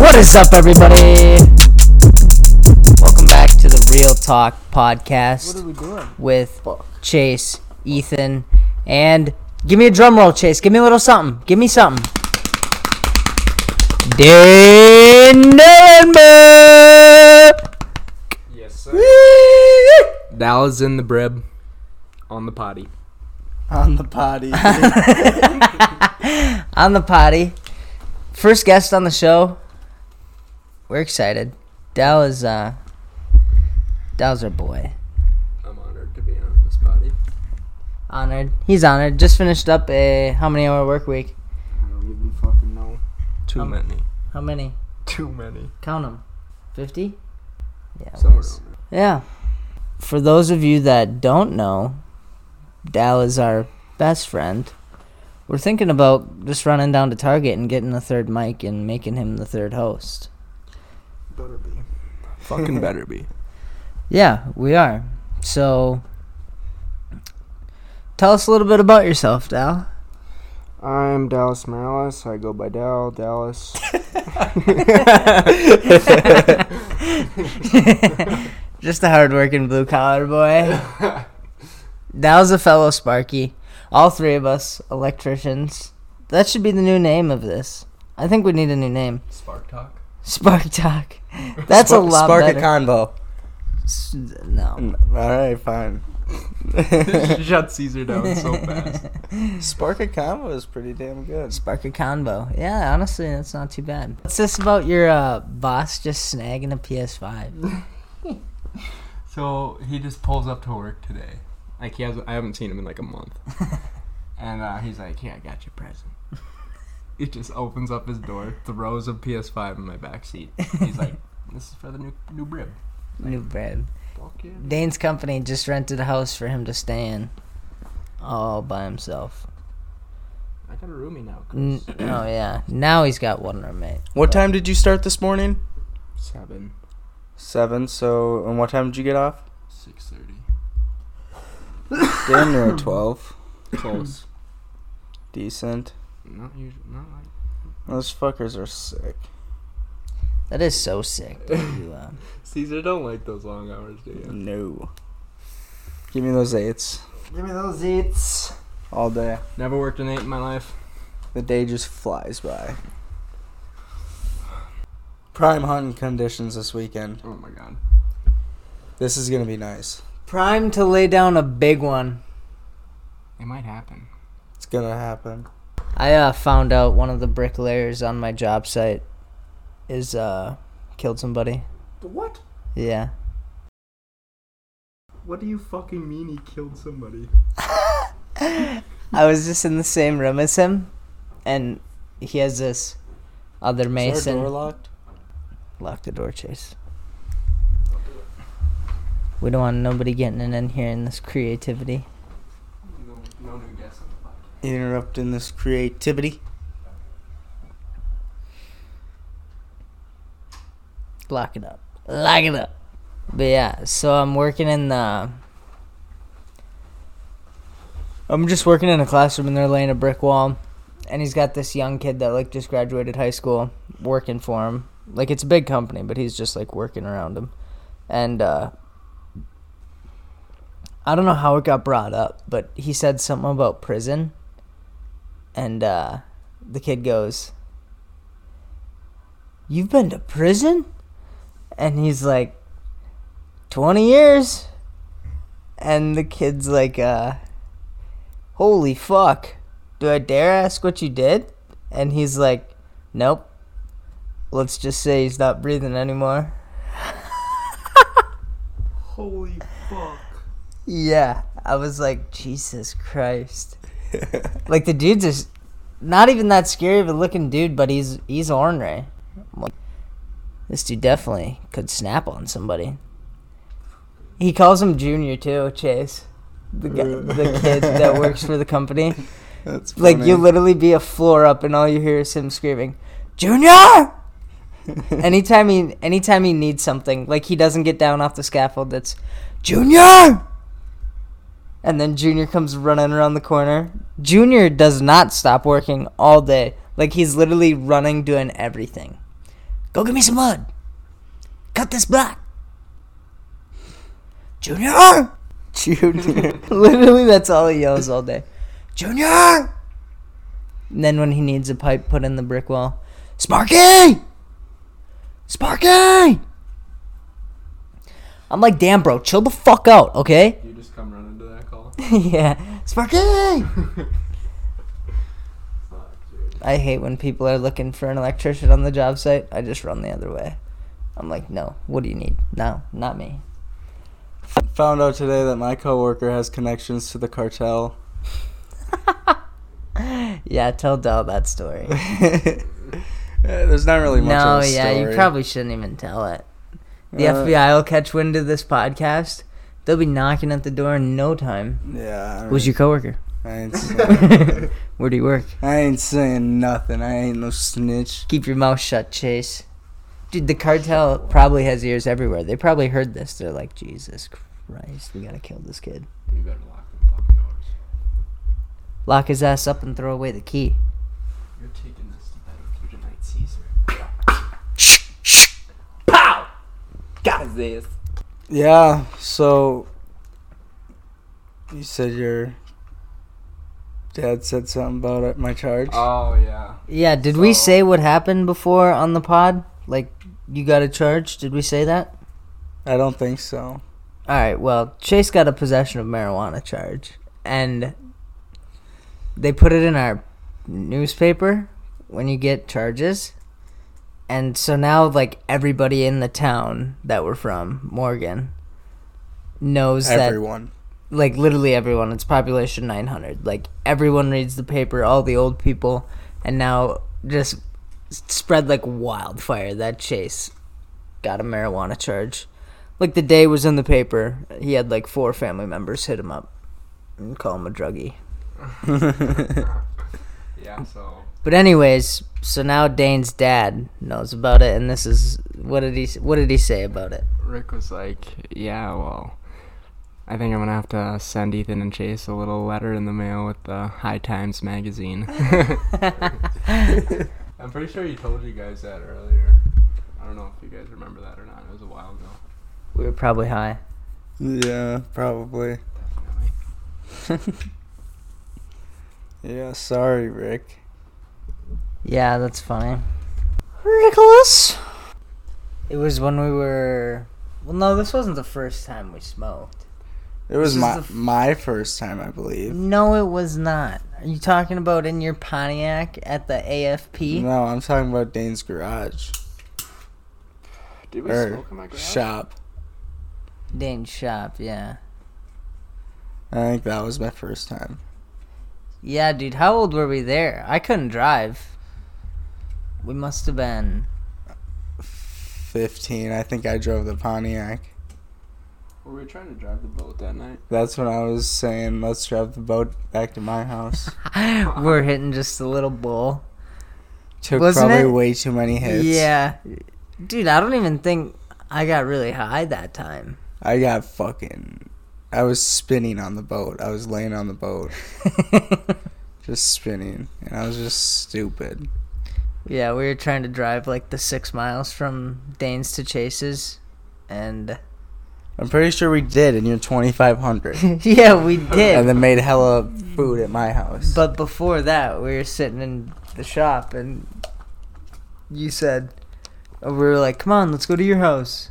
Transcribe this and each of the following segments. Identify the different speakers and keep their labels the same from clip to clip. Speaker 1: What is up, everybody? Welcome back to the Real Talk
Speaker 2: What are
Speaker 1: podcast
Speaker 2: we doing?
Speaker 1: with
Speaker 2: Fuck.
Speaker 1: Chase, Ethan, and give me a drum roll, Chase. Give me a little something. Give me something. Dan Ellenberg!
Speaker 3: Yes, sir. Dallas in the brib on the potty.
Speaker 2: On the potty.
Speaker 1: on the potty. First guest on the show. We're excited. Dow is uh, Dow's our boy.
Speaker 3: I'm honored to be on this potty.
Speaker 1: Honored. He's honored. Just finished up a how many hour work week?
Speaker 3: I don't even fucking know. Too
Speaker 1: Um,
Speaker 3: many.
Speaker 1: How many?
Speaker 3: Too many.
Speaker 1: Count them. Fifty. Yeah. it
Speaker 3: Somewhere
Speaker 1: was.
Speaker 3: around there.
Speaker 1: Yeah. For those of you that don't know, Dow is our best friend. We're thinking about just running down to Target and getting a third mic and making him the third host.
Speaker 2: Better be.
Speaker 3: Fucking better be.
Speaker 1: Yeah, we are. So, tell us a little bit about yourself, Dal.
Speaker 4: I'm Dallas Marilis. I go by Dal Dallas.
Speaker 1: Just a hardworking blue collar boy. Dal's a fellow Sparky. All three of us, electricians. That should be the new name of this. I think we need a new name.
Speaker 3: Spark talk.
Speaker 1: Spark Talk. That's a
Speaker 4: Spark-
Speaker 1: lot
Speaker 4: Spark
Speaker 1: better.
Speaker 4: a convo.
Speaker 1: S- no.
Speaker 2: Mm,
Speaker 4: All right, fine.
Speaker 3: Shut Caesar down so fast.
Speaker 4: Spark a convo is pretty damn good.
Speaker 1: Spark a combo. Yeah, honestly, that's not too bad. What's this about your uh, boss just snagging a PS5?
Speaker 3: So he just pulls up to work today. Like he has, I haven't seen him in like a month. and uh, he's like, "Here, I got your present." he just opens up his door, throws a PS5 in my back seat. He's like, "This is for the new new brib."
Speaker 1: New bread.
Speaker 3: Fuck yeah.
Speaker 1: Dane's company just rented a house for him to stay in, all by himself.
Speaker 3: I got a roomie now.
Speaker 1: N- oh yeah, now he's got one roommate.
Speaker 4: What time did you start this morning?
Speaker 3: Seven,
Speaker 4: Seven. So, and what time did you get off?
Speaker 3: six thirty.
Speaker 4: Damn near twelve.
Speaker 3: Close.
Speaker 4: Decent.
Speaker 3: not usual. Not like.
Speaker 4: Those fuckers are sick.
Speaker 1: That is so sick. that you, uh,
Speaker 3: Caesar don't like those long hours, do you?
Speaker 4: No. Give me those eights
Speaker 2: Give me those eats.
Speaker 4: all day.
Speaker 3: Never worked an eight in my life.
Speaker 4: The day just flies by. Prime hunting conditions this weekend.
Speaker 3: Oh my god.
Speaker 4: This is gonna be nice.
Speaker 1: prime to lay down a big one.
Speaker 3: It might happen.
Speaker 4: It's gonna happen.
Speaker 1: I uh, found out one of the bricklayers on my job site is uh killed somebody.
Speaker 3: What?
Speaker 1: Yeah.
Speaker 3: What do you fucking mean he killed somebody?
Speaker 1: I was just in the same room as him, and he has this other
Speaker 4: Is our door
Speaker 1: Mason.
Speaker 4: locked?
Speaker 1: Lock the door, Chase. We don't want nobody getting in here in this creativity.
Speaker 3: No, no new guess on the podcast.
Speaker 4: interrupting this creativity.
Speaker 1: Lock it up. Lock it up. But yeah, so I'm working in the. I'm just working in a classroom and they're laying a brick wall. And he's got this young kid that, like, just graduated high school working for him. Like, it's a big company, but he's just, like, working around him. And, uh. I don't know how it got brought up, but he said something about prison. And, uh. The kid goes, You've been to prison? And he's like, 20 years? And the kid's like, uh, holy fuck. Do I dare ask what you did? And he's like, nope. Let's just say he's not breathing anymore.
Speaker 3: Holy fuck.
Speaker 1: Yeah. I was like, Jesus Christ. like, the dude's just not even that scary of a looking dude, but he's, he's ornery. I'm like, This dude definitely could snap on somebody. He calls him Junior too, Chase. The, guy, the kid that works for the company.
Speaker 4: That's
Speaker 1: Like you literally be a floor up, and all you hear is him screaming, "Junior!" anytime he, anytime he needs something, like he doesn't get down off the scaffold, that's Junior. And then Junior comes running around the corner. Junior does not stop working all day. Like he's literally running, doing everything. Go get me some mud. Cut this block. Junior!
Speaker 4: Junior.
Speaker 1: Literally, that's all he yells all day. Junior! And then when he needs a pipe put in the brick wall, Sparky! Sparky! I'm like, damn, bro, chill the fuck out, okay?
Speaker 3: You just come running to that call.
Speaker 1: yeah. Sparky!
Speaker 3: Fuck, dude.
Speaker 1: I hate when people are looking for an electrician on the job site. I just run the other way. I'm like, no, what do you need? No, not me.
Speaker 2: Found out today that my coworker has connections to the cartel.
Speaker 1: Yeah, tell Dell that story.
Speaker 2: Eh, There's not really much.
Speaker 1: no,
Speaker 2: of a
Speaker 1: yeah, you
Speaker 2: story.
Speaker 1: probably shouldn't even tell it. The
Speaker 2: Uh,
Speaker 1: FBI will catch wind of this podcast. They'll be knocking at the door in no time.
Speaker 2: Yeah. I don't-
Speaker 1: Who's your coworker?
Speaker 2: I ain't, saying,
Speaker 1: Where do you work?
Speaker 2: I ain't saying nothing. I ain't no snitch.
Speaker 1: Keep your mouth shut, Chase. Dude, the cartel probably has ears everywhere. They probably heard this. They're like, Jesus Christ, we gotta kill this kid.
Speaker 3: You better lock them fucking doors.
Speaker 1: Lock his ass up and throw away the key.
Speaker 3: You're taking this to bed with you tonight, Caesar.
Speaker 2: Yeah. So you said your dad said something about it, my charge.
Speaker 3: Oh yeah.
Speaker 1: Yeah, did we
Speaker 3: So-
Speaker 1: say what happened before on the pod? Like, you got a charge? Did we say that?
Speaker 2: I don't think so.
Speaker 1: All right. Well, Chase got a possession of marijuana charge, and they put it in our newspaper when you get charges. And so now, like everybody in the town that we're from, Morgan, knows that
Speaker 2: Everyone.
Speaker 1: like literally everyone. It's population 900. Like everyone reads the paper, all the old people, and now just s- spread like wildfire that Chase got a marijuana charge. Like the day was in the paper, he had like four family members hit him up and call him a druggie.
Speaker 3: Yeah. So
Speaker 1: But anyways, so now Dane's dad knows about it, and this is what did he s- what did he say about it?
Speaker 3: Rick was like, "Yeah, well, I think I'm gonna have to send Ethan and Chase a little letter in the mail with the High Times magazine." I'm pretty sure he told you guys that earlier. I don't know if you guys remember that or not. It was a while ago.
Speaker 1: We were probably high.
Speaker 2: yeah, probably.
Speaker 3: Definitely.
Speaker 2: Yeah. Sorry, Rick.
Speaker 1: Yeah, that's funny. Ridiculous. It was when we were. Well, no, this wasn't the first time we smoked.
Speaker 2: It was
Speaker 1: This is
Speaker 2: my
Speaker 1: the f-
Speaker 2: my first time, I believe.
Speaker 1: No, it was not. Are you talking about in your Pontiac at the AFP?
Speaker 2: No, I'm talking about Dane's garage
Speaker 3: Did we
Speaker 2: or
Speaker 3: smoke in my garage?
Speaker 2: shop.
Speaker 1: Dane's shop, yeah.
Speaker 2: I think that was my first time.
Speaker 1: Yeah, dude, how old were we there? I couldn't drive. We must have been.
Speaker 2: 15. I think I drove the Pontiac.
Speaker 3: Were we trying to drive the boat that night?
Speaker 2: That's when I was saying, let's drive the boat back to my house.
Speaker 1: we're hitting just a little bull.
Speaker 2: Took
Speaker 1: Wasn't
Speaker 2: probably
Speaker 1: it?
Speaker 2: way too many hits.
Speaker 1: Yeah. Dude, I don't even think I got really high that time.
Speaker 2: I got fucking. I was spinning on the boat. I was laying on the boat, just spinning. And I was just stupid.
Speaker 1: Yeah, we were trying to drive like the six miles from Danes to Chase's, and
Speaker 2: I'm pretty sure we did, and you're 2,500.
Speaker 1: yeah, we
Speaker 2: and
Speaker 1: did.
Speaker 2: then made hella food at my house.
Speaker 1: But before that, we were sitting in the shop, and you said we were like, "Come on, let's go to your house."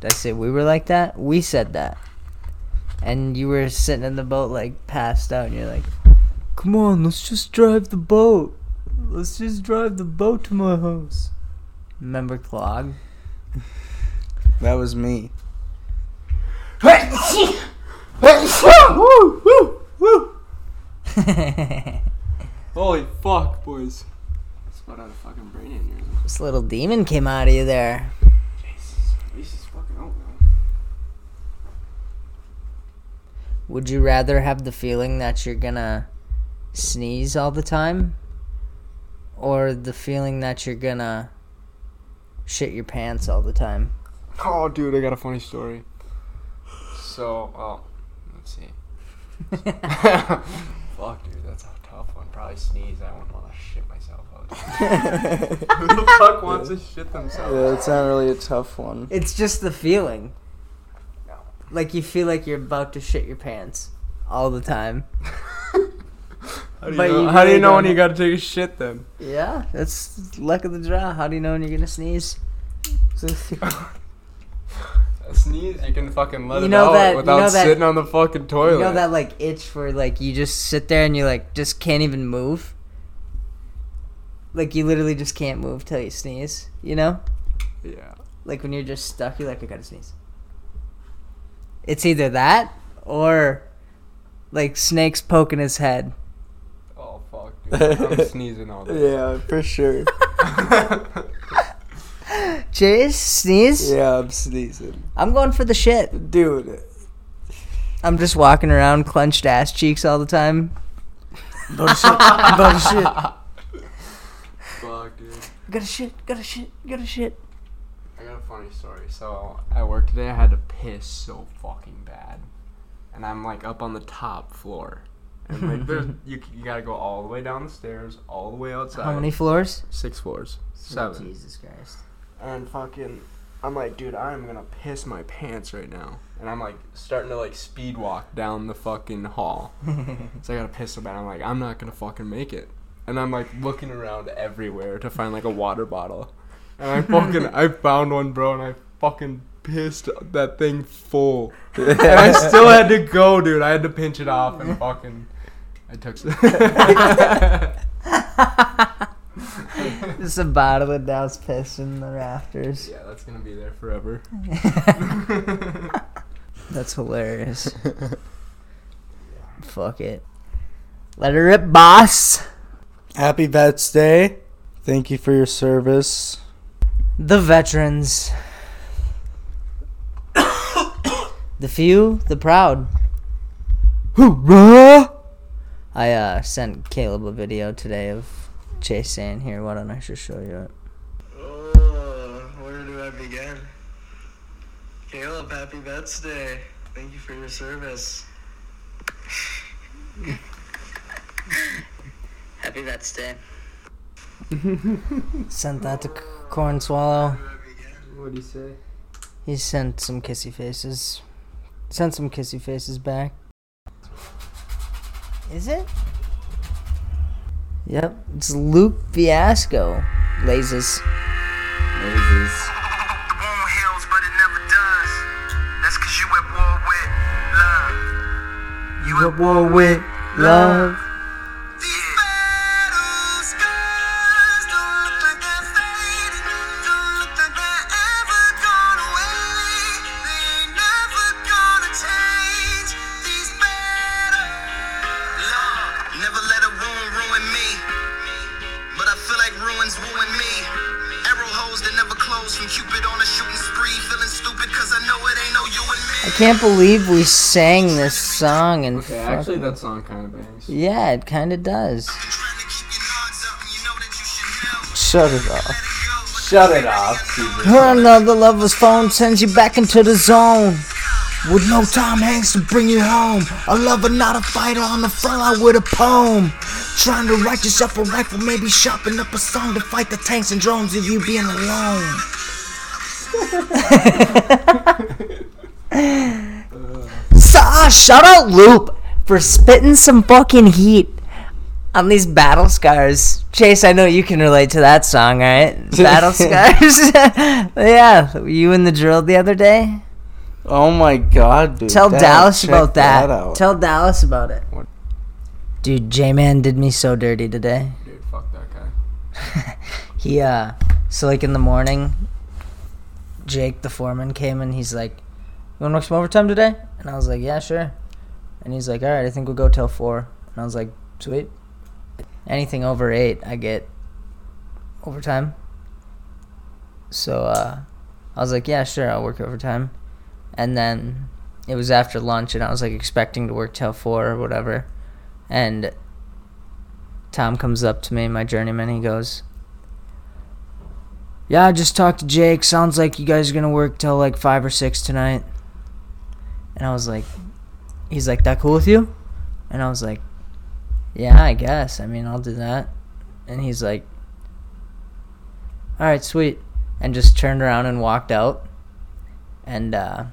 Speaker 1: Did I say we were like that? We said that, and you were sitting in the boat like passed out, and you're like, "Come on, let's just drive the boat. Let's just drive the boat to my house." Remember Clog?
Speaker 2: that was me.
Speaker 1: this
Speaker 3: Holy fuck, boys! Spot out a fucking brain aneurysm.
Speaker 1: little demon came out of you there.
Speaker 3: Jesus, at least it's fucking out now.
Speaker 1: Would you rather have the feeling that you're gonna sneeze all the time? Or the feeling that you're gonna shit your pants all the time?
Speaker 3: Oh, dude, I got a funny story. oh, So, well, let's see. Fuck, dude, that's a tough one. probably sneeze. I wouldn't want to shit myself out. Who the fuck wants to shit
Speaker 2: Yeah,
Speaker 3: themselves?
Speaker 2: it's not really a tough one.
Speaker 1: It's just the feeling.
Speaker 3: No.
Speaker 1: Like you feel like you're about to shit your pants all the time.
Speaker 3: How do you
Speaker 1: But
Speaker 3: know,
Speaker 1: you
Speaker 3: how do you
Speaker 1: really
Speaker 3: know when
Speaker 1: don't-
Speaker 3: you gotta take a shit then?
Speaker 1: Yeah, that's luck of the draw. How do you know when you're gonna sneeze?
Speaker 3: A sneeze, you can fucking let
Speaker 1: You
Speaker 3: it
Speaker 1: know
Speaker 3: out
Speaker 1: that- you
Speaker 3: without
Speaker 1: know that-
Speaker 3: sitting on the fucking toilet.
Speaker 1: You know that like itch where like you just sit there and you like just can't even move. Like you literally just can't move till you sneeze. You know,
Speaker 3: Yeah.
Speaker 1: like when you're just stuck, you're like I gotta sneeze. It's either that or like snakes poking his head.
Speaker 3: Oh fuck, dude. I'm sneezing all day.
Speaker 2: Yeah, for sure.
Speaker 1: Chase sneeze.
Speaker 2: Yeah, I'm sneezing.
Speaker 1: I'm going for the shit.
Speaker 2: Dude,
Speaker 1: I'm just walking around clenched ass cheeks all the time. About shit.
Speaker 3: fuck, dude.
Speaker 1: Gotta shit. Gotta shit. Gotta shit.
Speaker 3: I got a funny story. So at work today, I had to piss so fucking bad, and I'm like up on the top floor, and like there's, you you gotta go all the way down the stairs, all the way outside.
Speaker 1: How many floors?
Speaker 3: Six floors. Seven.
Speaker 1: Jesus Christ.
Speaker 3: and fucking I'm like, dude, I'm gonna piss my pants right now. And I'm like starting to like speed walk down the fucking hall. so I gotta piss so bad. I'm like, I'm not gonna fucking make it. And I'm like looking around everywhere to find like a water bottle. And I fucking I found one, bro, and I fucking pissed that thing full. And I still had to go, dude. I had to pinch it off and fucking I took
Speaker 1: Just a bottle of douse piss in the rafters.
Speaker 3: Yeah, that's gonna be there forever.
Speaker 1: That's hilarious. Fuck it. Let her rip, boss.
Speaker 2: happy Vets Day. Thank you for your service.
Speaker 1: The veterans. the few, the proud.
Speaker 2: Hoorah!
Speaker 1: I uh, sent Caleb a video today of Chase saying, Here, why don't I just show you it?
Speaker 5: Oh, where do I begin? Caleb, happy Vets Day. Thank you for your service. happy Vets Day.
Speaker 1: Sent that to C- Corn Swallow.
Speaker 5: Where do I begin?
Speaker 3: What'd he say?
Speaker 1: He sent some kissy faces. Sent some kissy faces back. Is it? Yep, it's Luke Fiasco. Lazes.
Speaker 6: Moon heals, but it never does. That's cause you at war with love. You at war with
Speaker 1: Love.
Speaker 6: These battle scars don't look like they're fading. Don't look like they're ever gone away. They ain't never gonna change. These battle Lord, never let a wound ruin me. But I feel like ruins wooing me. Arrow holes that never close from Cupid on a shooting spree. Feeling stupid cause I know it ain't no you and me.
Speaker 1: I can't believe we sang this song and
Speaker 3: Okay, actually,
Speaker 1: fucking-
Speaker 3: that song kind of bangs.
Speaker 1: Yeah, it kinda does.
Speaker 6: Trying to keep your guards up and you know that you should know.
Speaker 2: Shut it off.
Speaker 6: Let it go, but
Speaker 3: Shut it off,
Speaker 1: Another lover's phone sends you back into the zone. With no Tom Hanks to bring you home. A lover, not a fighter, on the front line with a poem. Trying to write yourself a rifle, maybe sharpen up a song to fight the tanks and drones of you being alone. so, ah, shout out Loop for spitting some fucking heat on these battle scars. Chase, I know you can relate to that song, right? Battle scars. yeah, you in the drill the other day.
Speaker 2: Oh my god, dude.
Speaker 1: Tell
Speaker 2: That-
Speaker 1: Dallas
Speaker 2: check
Speaker 1: about that.
Speaker 2: out.
Speaker 1: Tell Dallas about it.
Speaker 3: What?
Speaker 1: Dude, J Man did me so dirty today.
Speaker 3: Dude, fuck that guy.
Speaker 1: He uh so like in the morning Jake the foreman came and he's like, You wanna work some overtime today? And I was like, Yeah, sure. And he's like, Alright, I think we'll go till four and I was like, Sweet. Anything over eight I get overtime. So uh I was like, Yeah, sure, I'll work overtime. And then it was after lunch and I was like expecting to work till four or whatever. And Tom comes up to me, my journeyman, he goes, yeah, I just talked to Jake. Sounds like you guys are gonna work till like five or six tonight. And I was like, he's like, that cool with you? And I was like, Yeah, I guess. I mean, I'll do that. And he's like, All right, sweet. And just turned around and walked out. And uh,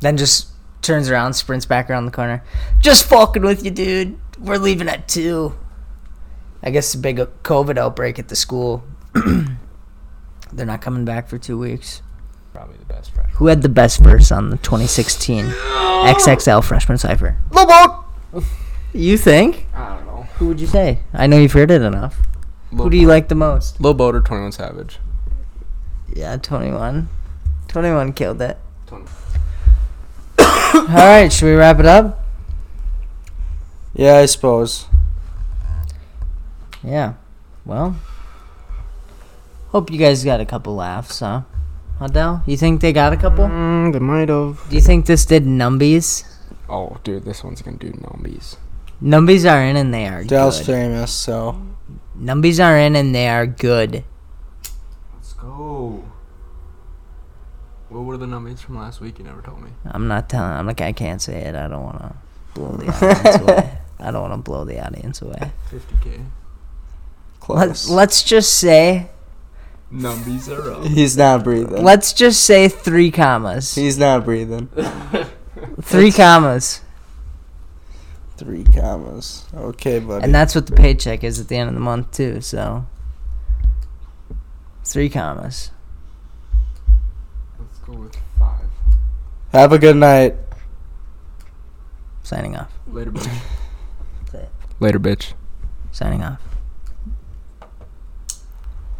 Speaker 1: then just turns around, sprints back around the corner. Just fucking with you, dude. We're leaving at 2. I guess the big COVID outbreak at the school. They're not coming back for two weeks.
Speaker 3: Probably the best freshman.
Speaker 1: Who had the best verse on the 2016 XXL Freshman Cypher? You think?
Speaker 3: I don't know.
Speaker 1: Who would you say? I know you've heard it enough. Who do you like the most?
Speaker 3: Lil Boat or 21 Savage?
Speaker 1: Yeah, 21. 21 killed it. Alright, should we wrap it up?
Speaker 2: Yeah, I suppose.
Speaker 1: Yeah. Well, hope you guys got a couple laughs, huh? Adele, you think they got a couple?
Speaker 4: Mm, they might have.
Speaker 1: Do you think this did numbies?
Speaker 3: Oh, dude, this one's gonna do numbies.
Speaker 1: Numbies are in and they are
Speaker 2: Dallas
Speaker 1: good.
Speaker 2: famous, so
Speaker 1: Numbies are in and they are good.
Speaker 3: Let's go. What were the numbies from last week? You never told me.
Speaker 1: I'm not telling. I'm like I can't say it. I don't want to blow the audience away. I don't want to blow the audience away.
Speaker 3: 50k.
Speaker 1: Let's
Speaker 2: close.
Speaker 1: let's just say
Speaker 3: Numbies are up.
Speaker 2: He's not breathing.
Speaker 1: let's just say three commas.
Speaker 2: He's not breathing.
Speaker 1: Three commas,
Speaker 2: Three commas. Okay, buddy.
Speaker 1: and that's what the paycheck is at the end of the month too. So three commas.
Speaker 3: Let's go with five.
Speaker 2: Have a good night.
Speaker 1: Signing off.
Speaker 3: Later, buddy.
Speaker 1: That's it.
Speaker 3: Later, bitch.
Speaker 1: Signing off.